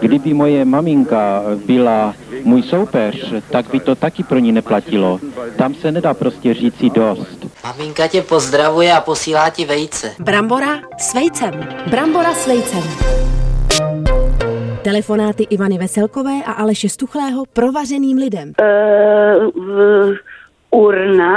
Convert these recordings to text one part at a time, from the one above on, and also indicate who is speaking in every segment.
Speaker 1: Kdyby moje maminka byla můj soupeř, tak by to taky pro ní neplatilo. Tam se nedá prostě říci dost.
Speaker 2: Maminka tě pozdravuje a posílá ti vejce.
Speaker 3: Brambora s vejcem.
Speaker 4: Brambora s vejcem. Telefonáty Ivany Veselkové a Aleše Stuchlého provařeným lidem.
Speaker 5: v- urna.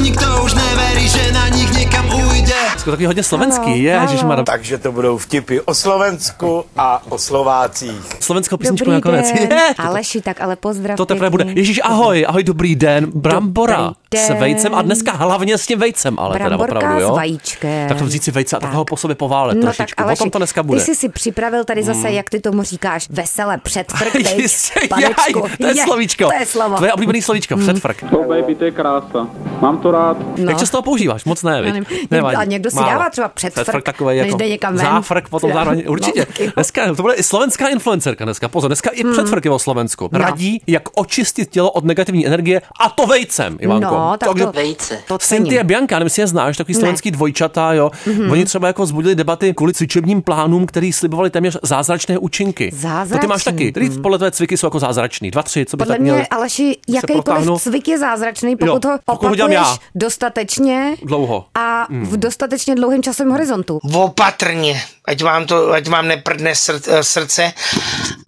Speaker 6: Nikto už neverí, že na nich někam ujde.
Speaker 7: Skoro takový hodně slovenský, je, ježišmar.
Speaker 8: Takže to budou vtipy o Slovensku a o Slovácích.
Speaker 7: Slovenskou písničku nakonec. Je,
Speaker 9: Aleši, tak ale pozdrav.
Speaker 7: To teprve bude.
Speaker 9: pěkný.
Speaker 7: Ježíš, ahoj, ahoj, dobrý den. Brambora
Speaker 9: Dobrý
Speaker 7: s
Speaker 9: den.
Speaker 7: vejcem a dneska hlavně s tím vejcem, ale
Speaker 9: Bramborka
Speaker 7: teda opravdu, jo.
Speaker 9: s No vajíčkem.
Speaker 7: Tak to vzít si vejce a tak ho po sobě poválet trošičku. o tom to dneska bude. Hmm.
Speaker 9: Ty jsi si připravil tady zase, jak ty tomu říkáš, vesele předfrk, teď,
Speaker 7: Jistě, jaj,
Speaker 9: panečku.
Speaker 7: to je, slovíčko.
Speaker 9: To je slovo. Mm.
Speaker 7: Tvoje oblíbený slovíčko, předfrk.
Speaker 10: To baby, to je krása. Mám to rád.
Speaker 9: No.
Speaker 7: Jak často ho používaš? Moc ne, viď?
Speaker 9: Já nevím.
Speaker 7: Nevadí.
Speaker 9: A někdo si
Speaker 7: Málo.
Speaker 9: dává třeba předfrk,
Speaker 7: Předfrk takový
Speaker 9: než
Speaker 7: jako
Speaker 9: jde někam ven.
Speaker 7: záfrk, potom
Speaker 9: Jo.
Speaker 7: zároveň.
Speaker 9: No,
Speaker 7: Určitě.
Speaker 9: taky Hmm. jo.
Speaker 7: dneska, to bude i slovenská influencerka dneska. Pozor, dneska i předfrk je o Slovensku.
Speaker 9: No.
Speaker 7: Radí, jak očistit tělo od negativní energie a to vejcem, Ivanko.
Speaker 9: No, tak to,
Speaker 2: Vejce.
Speaker 9: to Mhm. cením.
Speaker 7: Cynthia Bianca, nevím, jestli je znáš, takový slovenský dvojčata, jo. Oni třeba jako zbudili debaty kvůli cvičebním plánům, který slibovali téměř zázračné účinky. To ty máš
Speaker 9: Zázračný, Mhm.
Speaker 7: taky. Tedy podle tvé cviky jsou jako zázračný. Dva, tři, co by
Speaker 9: Podle
Speaker 7: tak měl.
Speaker 9: mě, Aleši, jakýkoliv
Speaker 7: protáhnu.
Speaker 9: cvik je zázračný, pokud
Speaker 7: Jo,
Speaker 9: ho
Speaker 7: pokud ho dělám já.
Speaker 9: opakuješ dostatečně
Speaker 7: Dlouho. Hmm.
Speaker 9: a v dostatečně dlouhém časovém horizontu.
Speaker 6: Opatrně, ať vám, to, ať vám neprdne sr- srdce.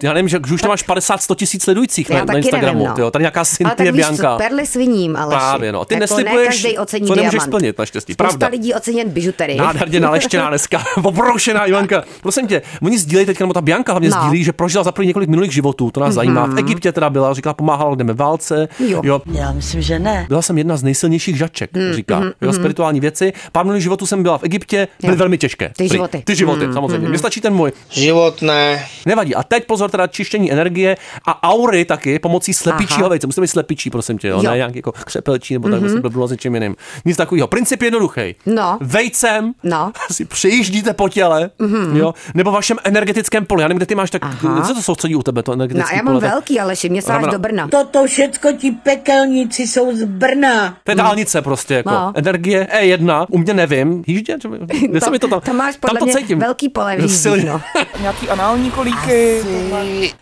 Speaker 7: Já nevím, že už tam máš 50, 100 tisíc sledujících
Speaker 9: Já
Speaker 7: na, na
Speaker 9: taky
Speaker 7: Instagramu.
Speaker 9: nevím, no.
Speaker 7: jo, tady nějaká
Speaker 9: Ale tak
Speaker 7: Cynthia
Speaker 9: víš, co,
Speaker 7: Bianca.
Speaker 9: perly sviním, Aleši.
Speaker 7: Právě, no. A ty
Speaker 9: jako ne
Speaker 7: neslibuješ,
Speaker 9: každý ocení
Speaker 7: co nemůžeš
Speaker 9: diamant.
Speaker 7: splnit, naštěstí.
Speaker 9: Spousta
Speaker 7: Pravda.
Speaker 9: lidí ocení jen bižuterii.
Speaker 7: Nádherně naleštěná dneska, obroušená Ivanka. Prosím tě, oni sdílejí teďka, nebo ta Bianka hlavně
Speaker 9: No. Mhm.
Speaker 7: sdílí, že prožila za první několik minulých životů, to nás zajímá. V Egyptě teda byla, říkala, pomáhala lidem ve válce.
Speaker 9: Jo. Mhm,
Speaker 2: Já myslím, že ne.
Speaker 7: Byla jsem jedna z nejsilnějších žaček, říká. Jo, spirituální věci. Pár minulých životů jsem byla v Egyptě, byly velmi těžké. Prý.
Speaker 9: životy. Mhm,
Speaker 7: Ty životy, samozřejmě. Mně stačí ten můj.
Speaker 6: Život ne.
Speaker 7: Nevadí. A teď pozor, teda čištění energie a aury taky pomocí slepičího
Speaker 9: Aha.
Speaker 7: vejce. Musíte být slepičí, prosím tě, jo?
Speaker 9: Jo. Mhm.
Speaker 7: ne nějaký jako křepelčí nebo tak, mm-hmm. bylo s něčím jiným. Nic takového. Princip jednoduchý.
Speaker 9: No.
Speaker 7: Vejcem
Speaker 9: No. Mhm.
Speaker 7: si přejíždíte po těle, mm-hmm. jo? nebo vašem energetickém poli. Já nevím, kde ty máš tak.
Speaker 9: Aha.
Speaker 7: Co to soustředí u tebe, to
Speaker 9: No,
Speaker 7: energetické
Speaker 9: já mám
Speaker 7: pole? tak-
Speaker 9: velký, Aleši, mě sáš
Speaker 7: Ramena.
Speaker 9: do Brna.
Speaker 5: Toto všecko ti pekelníci jsou z Brna.
Speaker 7: To je dálnice prostě, jako
Speaker 9: No.
Speaker 7: energie E1, u mě nevím, jíždě, že- kde se mi to tam,
Speaker 9: tam máš podle
Speaker 7: tam to
Speaker 9: mě
Speaker 7: cítím.
Speaker 9: velký pole v jízdích,
Speaker 7: Silně.
Speaker 9: no.
Speaker 10: Nějaký anální kolíky.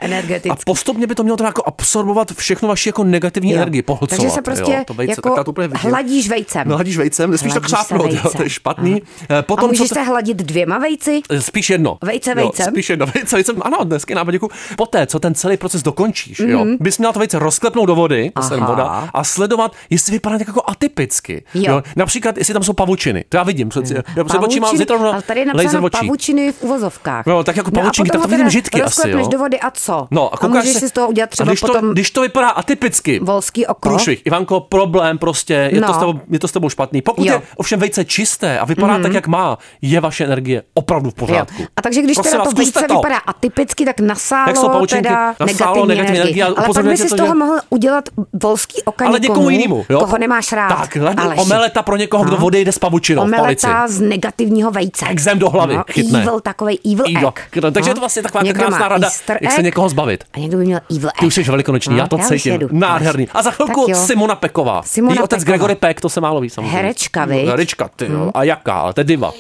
Speaker 9: Energetický.
Speaker 7: A postupně by to mělo teda jako absorbovat všechno vaši jako negativní
Speaker 9: Jo.
Speaker 7: energii, pohlcovat.
Speaker 9: Takže se prostě
Speaker 7: jo, to vejce, tak já
Speaker 9: jako
Speaker 7: to úplně vidím.
Speaker 9: hladíš vejcem.
Speaker 7: No, hladíš vejcem, nesmíš to
Speaker 9: Hladíš se
Speaker 7: křápnout, jo,
Speaker 9: vejcem.
Speaker 7: to je špatný. Eh,
Speaker 9: a
Speaker 7: Potom,
Speaker 9: můžeš
Speaker 7: co
Speaker 9: se
Speaker 7: te-
Speaker 9: hladit dvěma vejci?
Speaker 7: eh, Spíš jedno.
Speaker 9: Vejce
Speaker 7: Jo,
Speaker 9: vejcem?
Speaker 7: spíš jedno, vejce vejcem. Ano, dneska je nápadě. Poté, co ten celý proces dokončíš, jo, bys měla to vejce rozklepnout do vody, to sem
Speaker 9: Mhm. Aha.
Speaker 7: voda, a sledovat, jestli vypadá tak jako atypicky.
Speaker 9: Jo. Mhm.
Speaker 7: Například, jestli tam jsou pavučiny. To já vidím. Před, já před očima No, mám
Speaker 9: Pavučiny-
Speaker 7: zítra
Speaker 9: ale tady je
Speaker 7: laser
Speaker 9: napsáno
Speaker 7: očí.
Speaker 9: pavučiny v uvozovkách.
Speaker 7: No, tak jako pavučinky,
Speaker 9: a
Speaker 7: tak
Speaker 9: potom
Speaker 7: to
Speaker 9: ho
Speaker 7: vidím
Speaker 9: teda
Speaker 7: žitky asi, jo.
Speaker 9: rozklepneš do vody a co?
Speaker 7: No, a,
Speaker 9: a
Speaker 7: koukáš
Speaker 9: můžeš
Speaker 7: se,
Speaker 9: si z toho udělat
Speaker 7: a
Speaker 9: třeba
Speaker 7: když,
Speaker 9: potom
Speaker 7: to, když to vypadá atypicky,
Speaker 9: volský oko.
Speaker 7: průšvih. Ivanko, problém prostě, je, to
Speaker 9: No.
Speaker 7: s tebou, je to s tebou špatný. Pokud
Speaker 9: Jo. Mhm.
Speaker 7: je ovšem vejce čisté a vypadá tak, jak má, je vaše energie opravdu v
Speaker 9: Jo.
Speaker 7: pořádku.
Speaker 9: A takže když
Speaker 7: Prosím
Speaker 9: teda
Speaker 7: vás,
Speaker 9: to
Speaker 7: zkuste
Speaker 9: vejce
Speaker 7: to.
Speaker 9: vypadá atypicky, tak
Speaker 7: Tak jsou
Speaker 9: nasálo
Speaker 7: pavučinky,
Speaker 9: teda
Speaker 7: nasálo
Speaker 9: negativní,
Speaker 7: negativní energie,
Speaker 9: energie.
Speaker 7: ale
Speaker 9: Ale pak
Speaker 7: upozorňujete
Speaker 9: by si z
Speaker 7: to,
Speaker 9: toho
Speaker 7: že-
Speaker 9: mohl udělat volský oko
Speaker 7: ale někomu jinému. Jo?
Speaker 9: jako koho nemáš rád.
Speaker 7: Tak, hledně
Speaker 9: Aleši.
Speaker 7: omeleta pro někoho, kdo
Speaker 9: No.
Speaker 7: odejde s pavučinou v palici.
Speaker 9: Omeleta z negativního vejce.
Speaker 7: Exem do hlavy,
Speaker 9: No,
Speaker 7: chytne.
Speaker 9: Evil, takovej evil
Speaker 7: Evil.
Speaker 9: egg. No.
Speaker 7: Kdo- takže je to vlastně taková ta
Speaker 9: Někdo
Speaker 7: krásná
Speaker 9: má
Speaker 7: rada,
Speaker 9: easter
Speaker 7: jak se
Speaker 9: egg
Speaker 7: někoho zbavit.
Speaker 9: A někdo by měl evil egg.
Speaker 7: Ty už jsi velikonoční,
Speaker 9: No,
Speaker 7: já to
Speaker 9: já už
Speaker 7: cítím.
Speaker 9: jedu.
Speaker 7: Nádherný. A za chvilku
Speaker 9: Tak jo.
Speaker 7: Simona Peková.
Speaker 9: Simona
Speaker 7: Její otec
Speaker 9: Peková.
Speaker 7: Gregory Peck, to se málo ví samozřejmě. No,
Speaker 9: Herečka, viď? Mhm.
Speaker 7: Herečka, ty jo. A jaká, ale to je diva.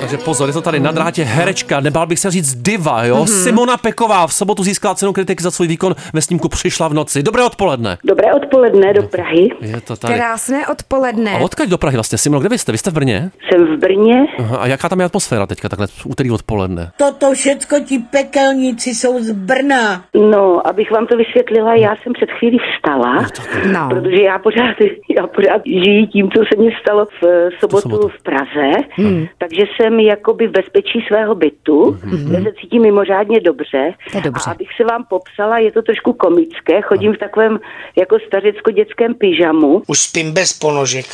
Speaker 7: Takže pozor, je to tady na drátě herečka, nebál bych se říct diva, jo?
Speaker 9: Mhm.
Speaker 7: Simona Peková v sobotu získala cenu kritiky za svůj výkon ve snímku Přišla v noci. Dobré odpoledne.
Speaker 5: Dobré odpoledne do Prahy.
Speaker 7: Je to tady.
Speaker 9: Krásné odpoledne.
Speaker 7: A odkud do Prahy vlastně, Simono, kde vy jste? Vy jste v Brně?
Speaker 5: Jsem v Brně.
Speaker 7: Aha, a jaká tam je atmosféra teďka takhle v úterý odpoledne?
Speaker 5: Toto všecko ti pekelníci jsou z Brna. No, abych vám to vysvětlila, já jsem před chvílí vstala,
Speaker 9: No.
Speaker 5: protože já pořád, já pořád žiju tím, co se mně stalo v eh, sobotu,
Speaker 7: sobotu.
Speaker 5: v Praze,
Speaker 9: Hmm.
Speaker 5: takže jsem jakoby v bezpečí svého bytu, kde se cítím mimořádně dobře.
Speaker 9: Hmm. To je dobře.
Speaker 5: A abych se vám popsala, je to trošku komické, chodím v takovém jako stařecko-dětském pyžamu,
Speaker 6: Už spím bez ponožek.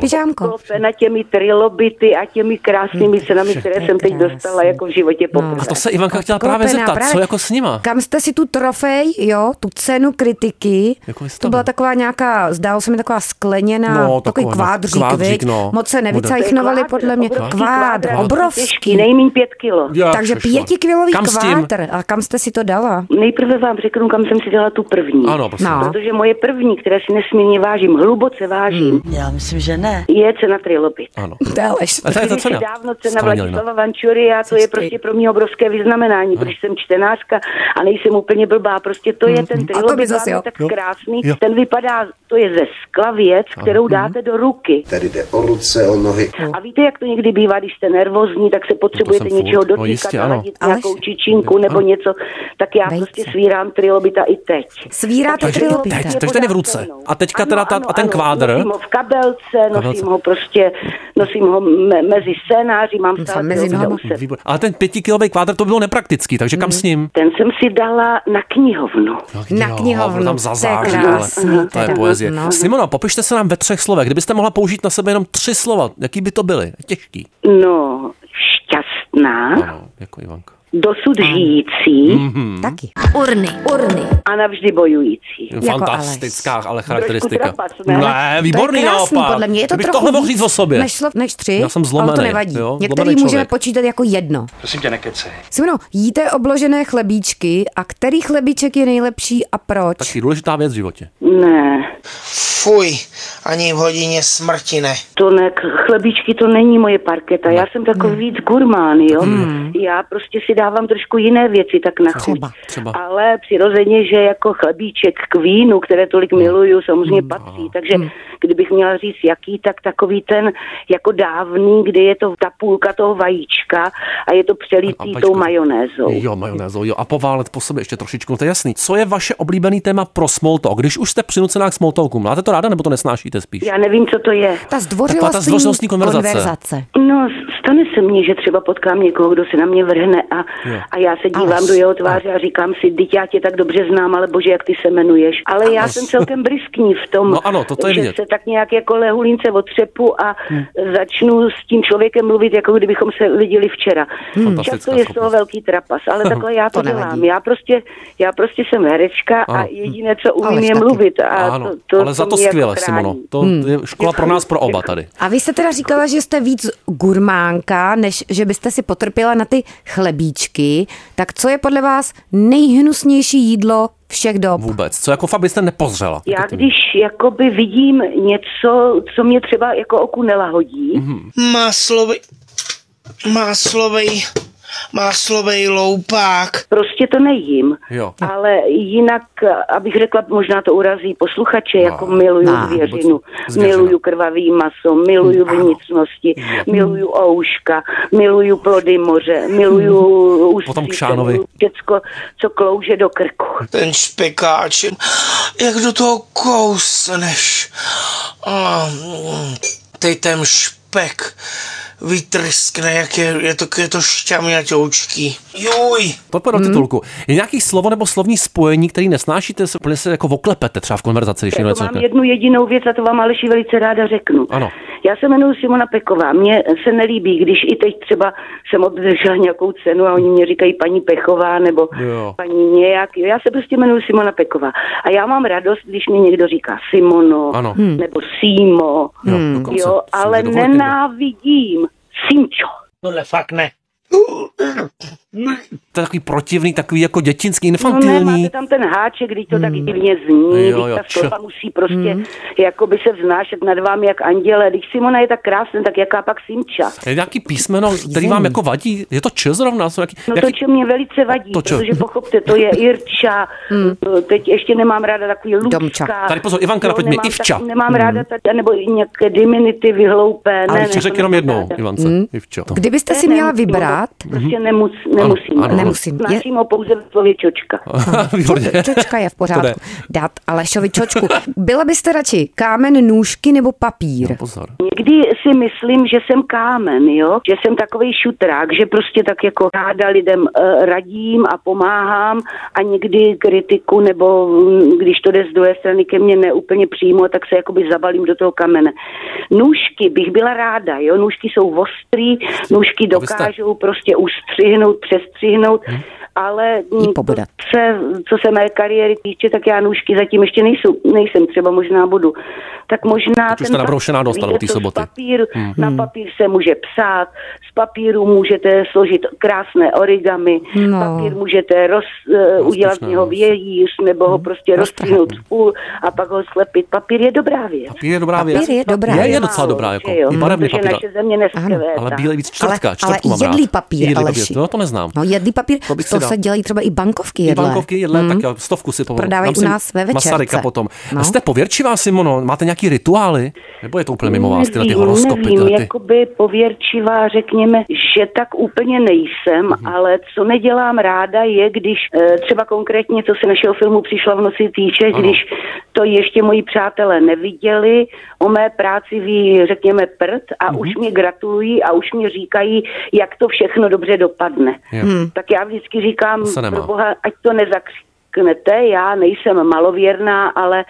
Speaker 9: Pyžámko.
Speaker 5: na těmi trilobity a těmi krásnými cenami, které jsem teď
Speaker 9: Hmm. krásný. No,
Speaker 5: dostala jako v životě poprvé.
Speaker 7: A to se Ivanka Jako chtěla právě
Speaker 9: Koupená,
Speaker 7: zeptat, co jako s nima?
Speaker 9: Kam jste si tu trofej, jo, tu cenu kritiky,
Speaker 7: Jako jestli
Speaker 9: to
Speaker 7: tam-
Speaker 9: byla taková nějaká, zdálo se mi taková taková skleněná,
Speaker 7: No,
Speaker 9: no, takový
Speaker 7: taková, no,
Speaker 9: kvádřík,
Speaker 7: kvádřík,
Speaker 9: viď?
Speaker 7: no.
Speaker 9: Moc se
Speaker 7: Bude.
Speaker 9: nevycajchnovali podle mě.
Speaker 5: obrovský
Speaker 9: Kvádr, no,
Speaker 5: kvádr, Těžký,
Speaker 9: obrovský.
Speaker 5: nejméně pět kilo.
Speaker 7: Jak
Speaker 9: Takže
Speaker 7: sešla.
Speaker 9: pětikilový
Speaker 7: Kam s tím?
Speaker 9: kvádr. A kam jste si to dala?
Speaker 5: Nejprve vám řeknu, kam jsem si dala tu první.
Speaker 7: Ano, prosím.
Speaker 9: No.
Speaker 5: Protože moje první, které si nesmírně vážím, hluboce vážím,
Speaker 2: Hmm. Já myslím, že ne.
Speaker 5: je cena trilopit.
Speaker 7: Ano.
Speaker 9: To je lež.
Speaker 7: A to je ta
Speaker 5: Když
Speaker 7: cena. no.
Speaker 5: dávno cena
Speaker 7: Skleněná.
Speaker 5: Vladislava Vančury a to je prostě pro mě obrovské vyznamenání, protože jsem čtenářka a nejsem úplně blbá. Prostě to
Speaker 2: Hmm.
Speaker 5: je ten
Speaker 9: A to by
Speaker 5: trilobit
Speaker 9: zas jo.
Speaker 5: tak
Speaker 7: No.
Speaker 5: krásný. Ten vypadá, to je ze skla věc,
Speaker 7: Mhm.
Speaker 5: kterou dáte do ruky.
Speaker 11: Tady jde o ruce, o nohy.
Speaker 5: A víte, jak to někdy bývá, když jste nervózní, tak se potřebujete
Speaker 7: jsem furt.
Speaker 5: něčeho
Speaker 7: No
Speaker 5: dotýkat,
Speaker 7: jistě, ano.
Speaker 5: naladit nějakou
Speaker 9: Aleš.
Speaker 5: čičinku nebo
Speaker 7: Ano.
Speaker 5: něco, tak já
Speaker 9: Vejce.
Speaker 5: prostě svírám trilobita i teď.
Speaker 9: Svíráte
Speaker 7: Takže i
Speaker 9: trilopita.
Speaker 7: teď, takže ten je v ruce.
Speaker 5: Podáte mnou.
Speaker 7: A teďka
Speaker 5: Ano,
Speaker 7: teda ta-
Speaker 5: ano,
Speaker 7: a ten
Speaker 5: ano.
Speaker 7: kvádr?
Speaker 9: No.
Speaker 5: Nosím ho v kabelce, nosím
Speaker 7: Kabelce.
Speaker 5: ho prostě, nosím ho me- mezi scénáři, mám stále
Speaker 9: mezi
Speaker 5: trilobita
Speaker 9: nohama.
Speaker 5: u sebe.
Speaker 7: Výbor. Ale ten pětikilový kvádr to bylo nepraktický, takže
Speaker 9: Mhm.
Speaker 7: kam s ním?
Speaker 5: Ten jsem si dala na knihovnu.
Speaker 9: Na
Speaker 7: No, jo,
Speaker 9: knihovnu,
Speaker 7: byl tam
Speaker 9: to je
Speaker 7: zazáří,
Speaker 9: krásný
Speaker 7: ale to je
Speaker 9: teda.
Speaker 7: poezie.
Speaker 9: No.
Speaker 7: Simona, popište se nám ve třech slovech, kdybyste mohla použít na sebe jenom tři slova, jaký by to byly? Těžký.
Speaker 5: No, šťastná,
Speaker 7: Ano, Mhm. jako Ivanka.
Speaker 5: dosud žijící
Speaker 7: Hmm.
Speaker 9: Taky.
Speaker 3: Urny. Urny.
Speaker 5: a navždy bojující.
Speaker 7: Jako Fantastická, ale charakteristika.
Speaker 5: Trošku trapas, ne?
Speaker 7: Ne, výborný
Speaker 9: to je krásný,
Speaker 7: naopak.
Speaker 9: podle mě. Je to
Speaker 7: Kdybych
Speaker 9: trochu
Speaker 7: tohle mohl
Speaker 9: víc
Speaker 7: říct o sobě.
Speaker 9: Než, slo- než tři,
Speaker 7: Já jsem
Speaker 9: ale
Speaker 7: zlomený,
Speaker 9: to nevadí.
Speaker 7: jo,
Speaker 9: Některý
Speaker 7: zlomený
Speaker 9: můžeme
Speaker 7: člověk.
Speaker 9: počítat jako jedno.
Speaker 8: Prosím tě, nekecej.
Speaker 9: Simono, jíte obložené chlebíčky a který chlebíček je nejlepší a proč?
Speaker 7: Taky důležitá věc v životě.
Speaker 5: Ne,
Speaker 6: Fuj, ani v hodině smrti ne.
Speaker 5: to ne, k- chlebíčky to není moje parketa, já jsem takový víc gurmán, jo. Já prostě si dávám trošku jiné věci tak na chuť.
Speaker 7: Hmm. Třeba.
Speaker 5: Ale přirozeně, že jako chlebíček k vínu, které tolik
Speaker 7: Hmm.
Speaker 5: miluju, samozřejmě
Speaker 7: No.
Speaker 5: patří. Takže kdybych měla říct jaký, tak takový ten jako dávný, kde je to ta půlka toho vajíčka a je to přelitý
Speaker 7: vajíčko.
Speaker 5: tou majonézou.
Speaker 7: Jo, majonézou, jo. A poválet po sobě ještě trošičku, no to je jasný. Co je vaše oblíbený téma pro small talk? Když už jste přinucená k small talku, máte to ráda nebo to nesnášíte spíš?
Speaker 5: Já nevím, co to je.
Speaker 9: Ta
Speaker 7: Taková ta zdvořilostní
Speaker 9: zdvořilostní
Speaker 7: konverzace.
Speaker 5: No, stane se mně, že třeba potkám někoho, kdo se na mě vrhne a,
Speaker 7: Jo.
Speaker 5: a já se dívám
Speaker 9: Aleš,
Speaker 5: do jeho tváře a říkám si, dyť já tě tak dobře znám, ale bože, jak ty se jmenuješ. Ale já jsem celkem briskní v tom,
Speaker 7: No ano, to to je
Speaker 5: že
Speaker 7: vidět. Hmm.
Speaker 5: se tak nějak jako lehulince otřepu a začnu s tím člověkem mluvit, jako kdybychom se viděli včera. Často
Speaker 7: Hmm. Fantastická
Speaker 5: je z toho
Speaker 7: schopnost.
Speaker 5: velký trapas, ale takhle já to,
Speaker 9: To nevadí.
Speaker 5: dělám. Já prostě, já prostě jsem herečka a
Speaker 7: Ano.
Speaker 5: jediné, co umím,
Speaker 9: Aleš
Speaker 5: je
Speaker 9: taky.
Speaker 5: mluvit. A
Speaker 7: Ano,
Speaker 5: to, to,
Speaker 7: ale za to
Speaker 5: mě jako
Speaker 7: skvěle,
Speaker 5: chrání.
Speaker 7: Simono. To je škola pro nás, pro oba tady.
Speaker 9: A vy jste teda říkala, že jste víc gurmánka, než že byste si potrpěla na ty chlebíčky. Tak co je podle vás nejhnusnější jídlo všech dob?
Speaker 7: Vůbec. Co jako fakt byste nepozřela?
Speaker 5: Já
Speaker 7: Jako ty-
Speaker 5: když jakoby vidím něco, co mě třeba jako oku nelahodí, mm-hmm.
Speaker 6: Máslovej, máslovej, máslovej loupák.
Speaker 5: prostě to nejím.
Speaker 7: Jo.
Speaker 5: Ale jinak, abych řekla, možná to urazí posluchače, jako miluju
Speaker 9: ne,
Speaker 5: zvěřinu,
Speaker 7: vůbec zvěřina.
Speaker 5: miluju krvavý maso, miluju vnitřnosti, miluju ouška, miluju plody moře, miluju ústí,
Speaker 7: Potom k Šánovi.
Speaker 5: miluju všecko, co klouže do krku.
Speaker 6: Ten špekáč, jak do toho kousneš. A, mm, Teď ten špek vytrskne, jak je, je to, je to šťamňatoučký. Juj!
Speaker 7: To pojď do titulku. Je nějaký slovo nebo slovní spojení, který nesnášíte, se úplně se jako oklepete třeba v konverzaci, když
Speaker 5: Já to
Speaker 7: někdo něco
Speaker 5: mám
Speaker 7: řekne?
Speaker 5: jednu jedinou věc a to vám Aleši velice ráda řeknu.
Speaker 7: Ano.
Speaker 5: Já se jmenuji Simona Peková. Mně se nelíbí, když i teď třeba jsem obdržela nějakou cenu a oni mě říkají paní Pechová nebo
Speaker 7: Jo.
Speaker 5: paní nějak. Jo, Já se prostě jmenuji Simona Peková. A já mám radost, když mě někdo říká Simono
Speaker 7: Ano.
Speaker 9: Hmm.
Speaker 5: nebo Simo.
Speaker 7: Jo, dokonce.
Speaker 5: Jo,
Speaker 7: Si
Speaker 5: ale
Speaker 7: můžete dovolit někdo.
Speaker 5: nenávidím Simčo.
Speaker 6: Tohle fakt ne.
Speaker 7: To je takový protivný, takový jako dětinský,
Speaker 5: No ne, máte
Speaker 7: infantilní.
Speaker 5: tam ten háček, když to tak divně zní,
Speaker 7: Hmm.
Speaker 5: jo,
Speaker 7: Jo, jo, Hmm.
Speaker 5: jo, ta
Speaker 7: čo.
Speaker 5: stopa musí prostě jakoby se vznášet nad vámi jak anděle. Když Simona je tak krásná, tak jaká pak Simča?
Speaker 7: Je nějaký písmeno, který vám jako vadí? Je to Č zrovna? Jsou nějaký,
Speaker 5: No to,
Speaker 7: jaký,
Speaker 5: čo mě velice vadí,
Speaker 7: To čo?
Speaker 5: protože pochopte, to je Irča, eh, teď ještě nemám ráda takový Lucka.
Speaker 9: Hmm. Domča. Hmm.
Speaker 7: Tady pozor, Ivanka,
Speaker 5: Jo,
Speaker 7: naproti mě,
Speaker 5: nemám
Speaker 7: Ivča.
Speaker 5: tak- Nemám ráda tady, nebo i nějaké diminutivy hloupé.
Speaker 7: ale
Speaker 5: ne,
Speaker 7: Č
Speaker 5: ne,
Speaker 7: řekl
Speaker 5: to
Speaker 7: jenom
Speaker 5: nemám
Speaker 7: jednou,
Speaker 5: ráda.
Speaker 7: Ivance.
Speaker 9: Hmm.
Speaker 7: Ivčo. To-
Speaker 9: Kdybyste si
Speaker 5: Ne,
Speaker 9: měla
Speaker 5: nemusím ho,
Speaker 9: vybrat,
Speaker 5: Prostě nemus, nemusím.
Speaker 7: ano, ano.
Speaker 9: Nemusím. Je-
Speaker 5: Snažím ho pouze v slově čočka.
Speaker 7: Výborně.
Speaker 9: čočka je v
Speaker 7: To jde.
Speaker 9: pořádku. Dát Alešovi čočku. Byla byste radši kámen, nůžky nebo papír?
Speaker 7: No, Pozor.
Speaker 5: Někdy si myslím, že jsem kámen, jo? že jsem takový šutrák, že prostě tak jako ráda lidem eh, radím a pomáhám a někdy kritiku nebo mm, když to jde z druhé strany ke mně neúplně přímo, tak se jakoby zabalím do toho kamene. Nůžky bych byla ráda, jo? nůžky jsou ostrý, nůžky
Speaker 7: A vy jste- Mhm.
Speaker 5: dokážou prostě ustřihnout, přestřihnout, ale mm,
Speaker 9: pobodat.
Speaker 5: co se, co se mé kariéry týče, tak já nůžky zatím ještě nejsou, nejsem, třeba možná budu. Tak možná
Speaker 7: Teď už ta nabroušená dostanu
Speaker 5: víte
Speaker 7: té
Speaker 5: co, z
Speaker 7: soboty.
Speaker 5: Papír,
Speaker 7: Hmm.
Speaker 5: Na papír se může psát, z papíru můžete složit krásné origami,
Speaker 9: No.
Speaker 5: papír můžete roz,
Speaker 7: No,
Speaker 5: eh, udělat z něho vějíř nebo
Speaker 7: Hmm.
Speaker 5: ho prostě rozpínout v půl a pak ho slepit. Papír je dobrá věc.
Speaker 7: Papír je dobrá věc.
Speaker 9: Papír je dobrá
Speaker 7: Je, je
Speaker 9: věc.
Speaker 7: docela dobrá, jako.
Speaker 5: že jo?
Speaker 7: I barevný
Speaker 5: Protože
Speaker 7: papír.
Speaker 5: naše země neskvělé.
Speaker 7: Ale bílý víc čtvrtka,
Speaker 9: ale, ale
Speaker 7: čtvrtku mám
Speaker 9: jedlý
Speaker 7: rád.
Speaker 9: papír,
Speaker 7: Jedlý
Speaker 9: Aleši.
Speaker 7: No to neznám.
Speaker 9: No, jedlý papír,
Speaker 7: To bych si
Speaker 9: to
Speaker 7: dal.
Speaker 9: se dělají třeba i bankovky Hmm.
Speaker 7: I
Speaker 9: jedlé.
Speaker 7: bankovky jedlé, tak já stovku si povolím.
Speaker 9: Prodávají
Speaker 7: Dám
Speaker 9: u
Speaker 7: si
Speaker 9: nás ve večerce.
Speaker 7: Masaryka potom.
Speaker 9: No.
Speaker 7: No. Jste pověrčivá, Simono? Máte nějaký rituály? Nebo je to úplně mimo vás, tyhle ty
Speaker 5: Nevím, jako-
Speaker 7: horoskopy?
Speaker 5: Nevím,
Speaker 7: Tyhle ty...
Speaker 5: jakoby pověrčivá, řekněme, že tak úplně nejsem,
Speaker 7: Mhm.
Speaker 5: ale co nedělám ráda je, když eh, třeba konkrétně, co se našeho filmu Přišla v noci týče,
Speaker 7: Ano.
Speaker 5: když to ještě moji přátelé neviděli, o mé práci ví, řekněme, prd a
Speaker 7: Mhm.
Speaker 5: už mě gratulují a už mě říkají, jak to všechno dobře dopadne.
Speaker 7: Jo. Hmm.
Speaker 5: Tak já vždycky říkám,
Speaker 7: To se nemá.
Speaker 5: pro boha, ať to nezakřiknete, já nejsem malověrná, ale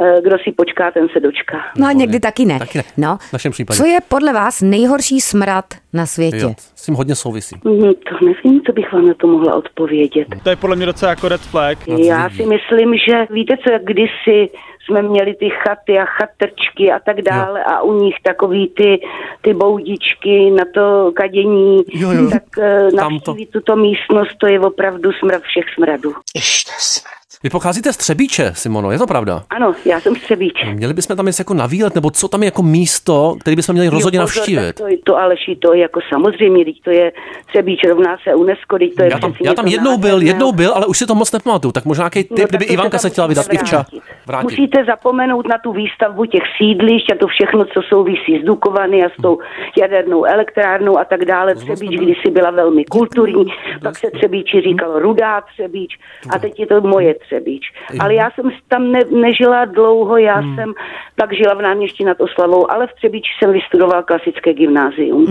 Speaker 5: eh, kdo si počká, ten se dočká.
Speaker 9: No a někdy taky ne.
Speaker 7: Taky ne.
Speaker 9: No.
Speaker 7: V našem případě.
Speaker 9: Co je podle vás nejhorší smrad na světě?
Speaker 7: Jo, s tím hodně souvisí.
Speaker 5: Mm, To nevím, co bych vám na to mohla odpovědět.
Speaker 10: To je podle mě docela jako red flag.
Speaker 5: Já si myslím, že víte co, jak kdysi jsme měli ty chaty a chatrčky a tak dále a u nich takový ty, ty boudičky na to kadění,
Speaker 7: Jo, jo.
Speaker 5: tak eh,
Speaker 7: Tam to-
Speaker 5: navštívit tuto místnost, to je opravdu smrad všech smradů.
Speaker 6: Ještě smrt.
Speaker 7: Vy pocházíte z Třebíče, Simono, je to pravda?
Speaker 5: Ano, já jsem střebíč.
Speaker 7: Měli bychom tam jít jako na výlet, nebo co tam je jako místo, které bychom měli rozhodně
Speaker 5: Jo, pozor, tak
Speaker 7: navštívit?
Speaker 5: To, to Aleši, to je jako samozřejmě, teď to je Třebíč rovná se UNESCO, teď to je
Speaker 7: Já tam,
Speaker 5: přesně
Speaker 7: já tam
Speaker 5: to
Speaker 7: jednou byl,
Speaker 5: nádherného.
Speaker 7: jednou byl, ale už si to moc nepamatuju. Tak možná nějaký
Speaker 5: No,
Speaker 7: tip,
Speaker 5: tak
Speaker 7: kdyby
Speaker 5: to
Speaker 7: Ivanka
Speaker 5: tam
Speaker 7: se chtěla vydat,
Speaker 5: musíte
Speaker 7: Ivča.
Speaker 5: vrátit.
Speaker 7: Vrátit.
Speaker 5: Musíte zapomenout na tu výstavbu těch sídlišť a to všechno, co souvisí s Dukovany a s tou jadernou elektrárnou a tak dále. Třebíč kdysi byla velmi kulturní, pak se Třebíči říkalo Rudá Třebíč a teď je to moje Třebíč. Ale já jsem tam ne, nežila dlouho, já
Speaker 7: Hmm.
Speaker 5: jsem pak žila v náměstí nad Oslavou, ale v Třebíči jsem vystudoval klasické gymnázium.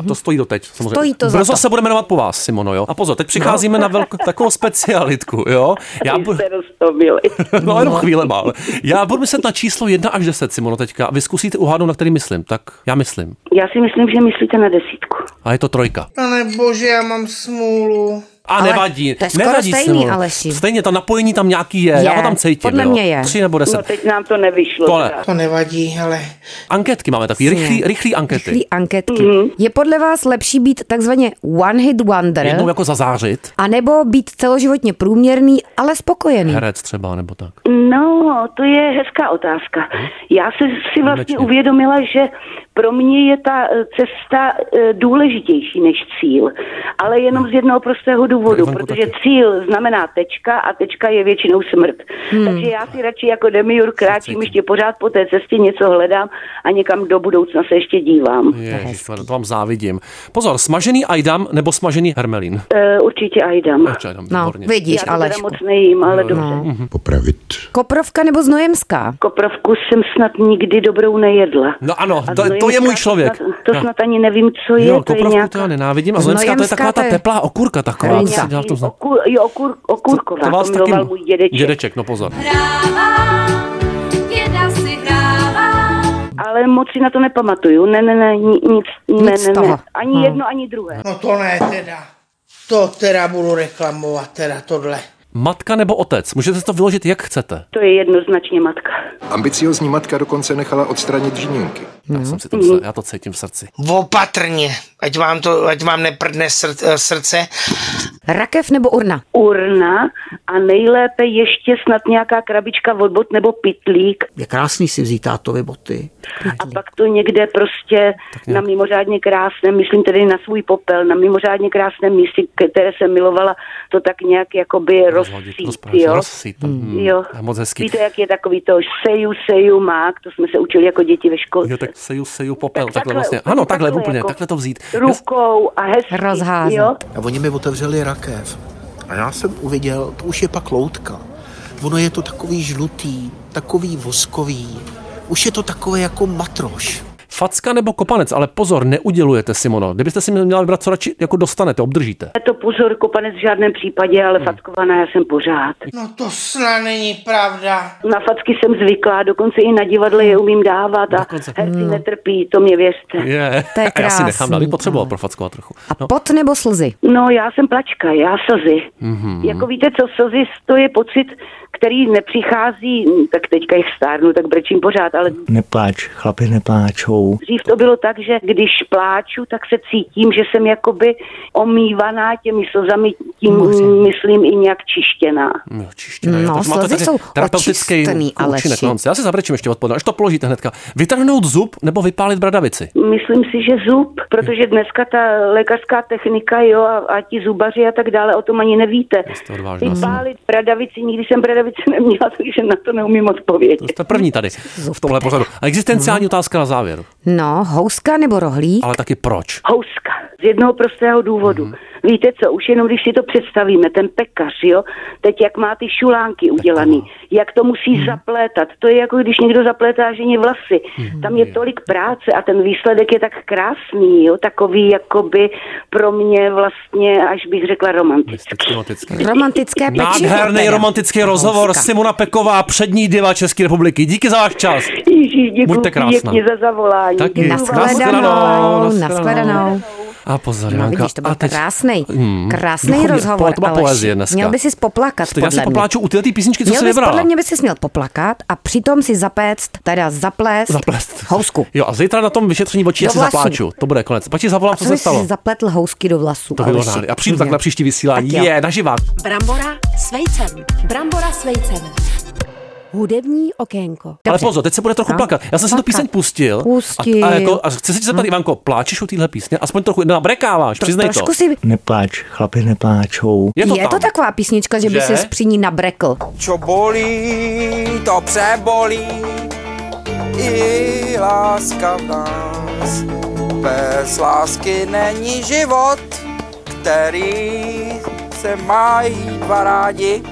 Speaker 7: A to stojí doteď, samozřejmě.
Speaker 9: Stojí to za
Speaker 7: Brzo
Speaker 9: to. No.
Speaker 7: se bude jmenovat po vás, Simono, jo? A pozor, teď přicházíme na velkou, takovou specialitku, jo? Já,
Speaker 5: Vy
Speaker 7: bu-
Speaker 5: jste roztomili.
Speaker 7: no jenom chvíle mám. Já budu myslet na číslo 1 až 10, Simono, teďka. A Vy zkusíte uhádnout, na který myslím. Tak já myslím.
Speaker 5: Já si myslím, že myslíte na desítku.
Speaker 7: A je to trojka.
Speaker 6: Pane bože, já mám smůlu.
Speaker 7: A
Speaker 9: Ale
Speaker 7: nevadí.
Speaker 9: to je skoro
Speaker 7: nevadí,
Speaker 9: stejný,
Speaker 7: Simono.
Speaker 9: Aleši.
Speaker 7: Stejně, to napojení tam nějaký je. já
Speaker 9: Je,
Speaker 7: ho tam cítím.
Speaker 9: podle
Speaker 7: jo.
Speaker 9: mě je.
Speaker 7: Tři nebo deset.
Speaker 5: No teď nám to nevyšlo.
Speaker 7: Tohle.
Speaker 5: teda.
Speaker 6: To nevadí, ale
Speaker 7: Anketky máme takový, rychlý, rychlý ankety.
Speaker 9: Rychlý anketky.
Speaker 5: Mhm.
Speaker 9: Je podle vás lepší být takzvaně one hit wonder,
Speaker 7: Jednou jako zazářit.
Speaker 9: a nebo být celoživotně průměrný, ale spokojený?
Speaker 7: Herec třeba, nebo tak.
Speaker 5: No, to je hezká otázka. Já se si vlastně
Speaker 7: No. Konečně.
Speaker 5: uvědomila, že pro mě je ta eh, cesta eh, důležitější než cíl, ale jenom z jednoho prostého důvodu,
Speaker 7: Ivanku
Speaker 5: protože
Speaker 7: No. taky.
Speaker 5: cíl znamená tečka a tečka je většinou smrt. Takže já si radši jako demiur kráčím, ještě pořád po té cestě něco hledám a někam do budoucna se ještě dívám.
Speaker 7: Hmm. Ježiš, to vám závidím. Pozor, smažený ajdam nebo smažený hermelín?
Speaker 5: Eh, Určitě ajdám.
Speaker 7: Určitě No. ajdam,
Speaker 9: No,
Speaker 7: výborně.
Speaker 9: vidíš,
Speaker 5: Já to teda
Speaker 9: Alešku.
Speaker 5: moc nejím, ale dobře.
Speaker 11: Popravit.
Speaker 9: Koprovka nebo znojemská?
Speaker 5: Koprovku jsem snad nikdy dobrou nejedla.
Speaker 7: No ano,
Speaker 5: A
Speaker 7: to, to je
Speaker 5: znojemská
Speaker 7: můj člověk.
Speaker 5: Snad, to snad ani nevím, co je.
Speaker 7: jo,
Speaker 5: to je
Speaker 7: koprovku
Speaker 5: nějaká... No
Speaker 7: to já nenávidím. A Znojemská to je
Speaker 9: Znojemská
Speaker 7: taková
Speaker 9: to
Speaker 7: ta
Speaker 9: je-
Speaker 7: teplá okurka taková.
Speaker 9: Krýza.
Speaker 7: co se dělá v tom zna-
Speaker 5: Okur, jo, okur, okurková, to,
Speaker 7: To vás taky...
Speaker 5: miloval můj dědeček.
Speaker 7: Dědeček, no pozor.
Speaker 5: Ale moc si na to nepamatuju. Ne, ne, ne, ni- nic, ne,
Speaker 9: Nic z
Speaker 5: ne,
Speaker 9: toho.
Speaker 5: ne. Ani jedno, ani druhé.
Speaker 6: no to ne teda. To teda budu reklamovat, teda tohle.
Speaker 7: Matka nebo otec? Můžete si to vyložit, jak chcete.
Speaker 5: To je jednoznačně matka.
Speaker 11: Ambiciozní matka dokonce nechala odstranit žíněnky.
Speaker 5: Mhm.
Speaker 7: Tak jsem si to myslel, já to cítím v srdci.
Speaker 6: Opatrně, ať vám, to, ať vám neprdne srd, eh, srdce.
Speaker 9: Rakev nebo urna?
Speaker 5: Urna a nejlépe ještě snad nějaká krabička od bot nebo pitlík
Speaker 12: Je krásný si vzít tátovi boty.
Speaker 5: a pak to někde prostě na mimořádně krásném, myslím tedy na svůj popel, na mimořádně krásném místě, které jsem milovala, to tak nějak jakoby
Speaker 7: Rozhodit,
Speaker 5: rozsít,
Speaker 7: rozprávět,
Speaker 5: jo. Mhm.
Speaker 7: rozsít. Mm.
Speaker 5: Jo.
Speaker 7: To je moc hezký.
Speaker 5: Víte, jak je takový to seju, seju, mák, to jsme se učili jako děti ve škole.
Speaker 7: Jo, tak seju, seju popel,
Speaker 5: Tak
Speaker 7: takhle vlastně. Ano, takhle úplně, takhle to vzít.
Speaker 5: jako Rukou a hezky,
Speaker 9: Rozházet.
Speaker 5: jo.
Speaker 12: A oni mi otevřeli rakev. A já jsem uviděl, to už je pak loutka. Ono je to takový žlutý, takový voskový. Už je to takové jako matroš.
Speaker 7: Facka nebo kopanec, ale pozor, neudělujete Simono. Kdybyste si měla vybrat, co radši jako dostanete, obdržíte.
Speaker 5: Je to pozor, kopanec v žádném případě,
Speaker 7: Hmm.
Speaker 5: ale fackovaná já jsem pořád.
Speaker 6: No to snad není pravda.
Speaker 5: Na facky jsem zvyklá, dokonce i na divadle je umím dávat a herci netrpí, to mě věřte.
Speaker 7: Hmm. Je.
Speaker 5: To je
Speaker 7: A já si nechám
Speaker 5: krásný,
Speaker 7: dát, bych potřeboval profackovat trochu.
Speaker 9: No. Pot nebo slzy?
Speaker 5: No, já jsem plačka, já slzy.
Speaker 7: Mhm.
Speaker 5: Jako víte co, slzy to je pocit, který nepřichází, hm, tak teďka jich stárnu, tak brečím pořád, ale
Speaker 13: Nepláč, chlapi nepláčou.
Speaker 5: Dřív to bylo tak, že když pláču, tak se cítím, že jsem jakoby omývaná těmi slzami, tím myslím i nějak čištěná.
Speaker 7: Jo, čištěné, jo.
Speaker 5: No,
Speaker 7: Takže máte
Speaker 5: slzy
Speaker 7: tady
Speaker 5: jsou
Speaker 7: terapeutický
Speaker 5: očistený,
Speaker 7: účinek
Speaker 5: Aleši.
Speaker 7: na konci. Já si zabrečím ještě odpovědám, až to položíte hnedka. Vytrhnout zub nebo vypálit bradavici?
Speaker 5: Myslím si, že zub, protože dneska ta lékařská technika, jo, a, a ti zubaři a tak dále, o tom ani nevíte.
Speaker 7: odvážná,
Speaker 5: Ty
Speaker 7: Simo.
Speaker 5: pálit bradavici, nikdy jsem bradavici neměla, takže na to neumím odpovědět.
Speaker 7: Jste první tady v tomhle pořadu. A
Speaker 9: Mhm.
Speaker 7: existenciální otázka na závěr.
Speaker 9: No, houska nebo rohlík?
Speaker 7: Ale taky proč?
Speaker 5: Houska. Z jednoho prostého důvodu.
Speaker 7: Mhm.
Speaker 5: Víte co, už jenom když si to představíme, ten pekař, jo, teď jak má ty šulánky udělaný, jak to musí
Speaker 7: Mhm.
Speaker 5: zaplétat. To je jako když někdo zaplétá ženě vlasy.
Speaker 7: Mhm.
Speaker 5: Tam je tolik práce a ten výsledek je tak krásný, jo, takový jakoby pro mě vlastně, až bych řekla romantický.
Speaker 9: No, jako Romantické pečivo.
Speaker 7: Nádherný
Speaker 9: teda.
Speaker 7: romantický
Speaker 9: jako
Speaker 7: rozhovor.
Speaker 9: No,
Speaker 7: Simona Peková, přední diva České republiky. Díky za váš čas.
Speaker 5: Ježíš, děkuji
Speaker 7: Buďte krásná.
Speaker 5: pěkně za zavolání.
Speaker 7: Taky.
Speaker 9: Nashledanou. Nashledanou.
Speaker 7: A pozor,
Speaker 9: No
Speaker 7: Janka.
Speaker 9: vidíš, to byl
Speaker 7: a teď...
Speaker 9: krásnej,
Speaker 7: Hmm.
Speaker 9: krásnej
Speaker 7: Duchovně.
Speaker 9: rozhovor,
Speaker 7: Po- to byla
Speaker 9: Aleši.
Speaker 7: poezie dneska.
Speaker 9: Měl by si
Speaker 7: Já
Speaker 9: poplakat,
Speaker 7: si
Speaker 9: podle mě.
Speaker 7: popláču u této písničky, co
Speaker 9: měl
Speaker 7: jsi
Speaker 9: bys,
Speaker 7: vybrala.
Speaker 9: Podle mě by si měl poplakat a přitom si zapéct, teda zaplést,
Speaker 7: Zaplést.
Speaker 9: housku.
Speaker 7: Jo, a zítra na tom vyšetření očí
Speaker 9: Do
Speaker 7: já si
Speaker 9: vlasů.
Speaker 7: zapláču. To bude konec. Pak ti zavolám,
Speaker 9: a
Speaker 7: co
Speaker 9: co
Speaker 7: se
Speaker 9: bys si
Speaker 7: stalo.
Speaker 9: zapletl housky do vlasů,
Speaker 7: To bylo
Speaker 9: Aleši?
Speaker 7: nádherný. A přijdu tak na příští vysílání.
Speaker 9: Tak jo.
Speaker 7: Je, naživá.
Speaker 3: Brambora s vejcem. Brambora s vejcem.
Speaker 4: Hudební okénko.
Speaker 7: Ale pozor, teď se bude trochu
Speaker 4: No.
Speaker 7: plakat. Já jsem si tu
Speaker 4: Plakat.
Speaker 7: píseň pustil.
Speaker 4: Pustil.
Speaker 7: A, a, jako, a chci se ti
Speaker 9: Hm.
Speaker 7: zeptat, Ivanko, pláčeš u téhle písně? Aspoň trochu nabrekáváš, přiznej to.
Speaker 13: Nepláč, chlapi nepláčou.
Speaker 7: Je to
Speaker 9: je to
Speaker 7: tam.
Speaker 9: taková písnička, že, by
Speaker 13: Že?
Speaker 9: se při ní nabrekl.
Speaker 14: Čo bolí, to přebolí, i láska v nás. Bez lásky není život, který se mají dva rádi.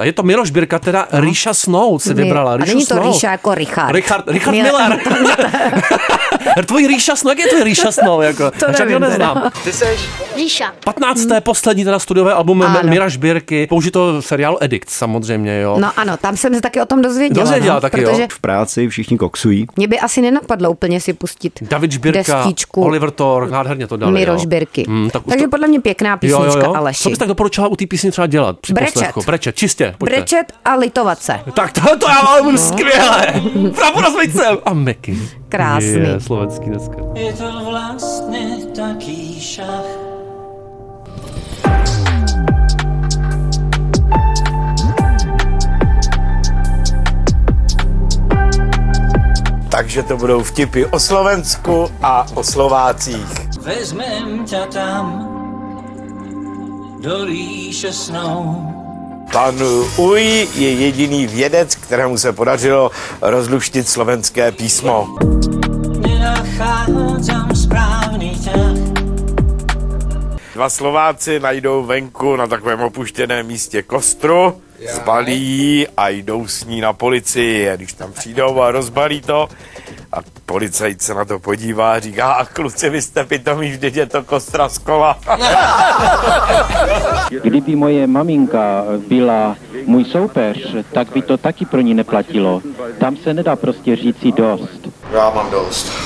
Speaker 7: A je to Miloš Birka, teda Ríša Snout se
Speaker 9: Ne,
Speaker 7: vybrala.
Speaker 9: No. a
Speaker 7: Ríšu
Speaker 9: není to
Speaker 7: Snout.
Speaker 9: Ríša jako Richard.
Speaker 7: Richard, Richard
Speaker 9: Mil-
Speaker 7: Miller. Tvůj Ríša Snout, jak je tvůj Ríša Snout? Jako?
Speaker 9: To
Speaker 7: Já žádnýho
Speaker 9: nevím teda.
Speaker 7: neznám.
Speaker 14: Ty seš
Speaker 15: Ríša.
Speaker 7: 15. poslední teda studiové album
Speaker 9: Ano.
Speaker 7: Mira Šbírky, použito v seriálu Edict samozřejmě, jo.
Speaker 9: No ano, tam jsem se taky o tom dozvěděla.
Speaker 7: Dozvěděla
Speaker 9: no,
Speaker 7: taky, jo.
Speaker 9: protože
Speaker 13: V práci všichni koksují.
Speaker 9: mě by asi nenapadlo úplně si pustit
Speaker 7: David Šbírka,
Speaker 9: destičku
Speaker 7: Oliver Thor, nádherně to dali.
Speaker 9: Miro
Speaker 7: jo.
Speaker 9: Žbirky.
Speaker 7: Hmm, tak už
Speaker 9: Takže
Speaker 7: to-
Speaker 9: podle mě pěkná písnička, Aleši.
Speaker 7: Co bys tak doporučila u té písně třeba dělat při
Speaker 9: Brečet.
Speaker 7: poslechu? Brečet, čistě. Pojďte.
Speaker 9: Brečet No. a litovat se.
Speaker 7: Tak to, to já ale umím skvěle. Pravda s vejcem. A Meky.
Speaker 9: Krásný.
Speaker 7: Je, slovenský dneska.
Speaker 16: Je to vlastně taký šach.
Speaker 8: Takže to budou vtipy o Slovensku a o Slovácích.
Speaker 16: Vezmem ťa tam do ríše snou.
Speaker 8: Pan Uj je jediný vědec, kterému se podařilo rozluštit slovenské písmo.
Speaker 16: Nenachádzam správny ťah.
Speaker 8: Dva Slováci najdou venku na takovém opuštěném místě kostru, spalí ji a jdou s ní na policii. A když tam přijdou a rozbalí to, a policajt se na to podívá a říká, a kluci, vy jste pitomí, vždyť je to kostra z kola.
Speaker 1: Kdyby moje maminka byla můj soupeř, tak by to taky pro ní neplatilo. Tam se nedá prostě říci dost.
Speaker 17: Já mám dost.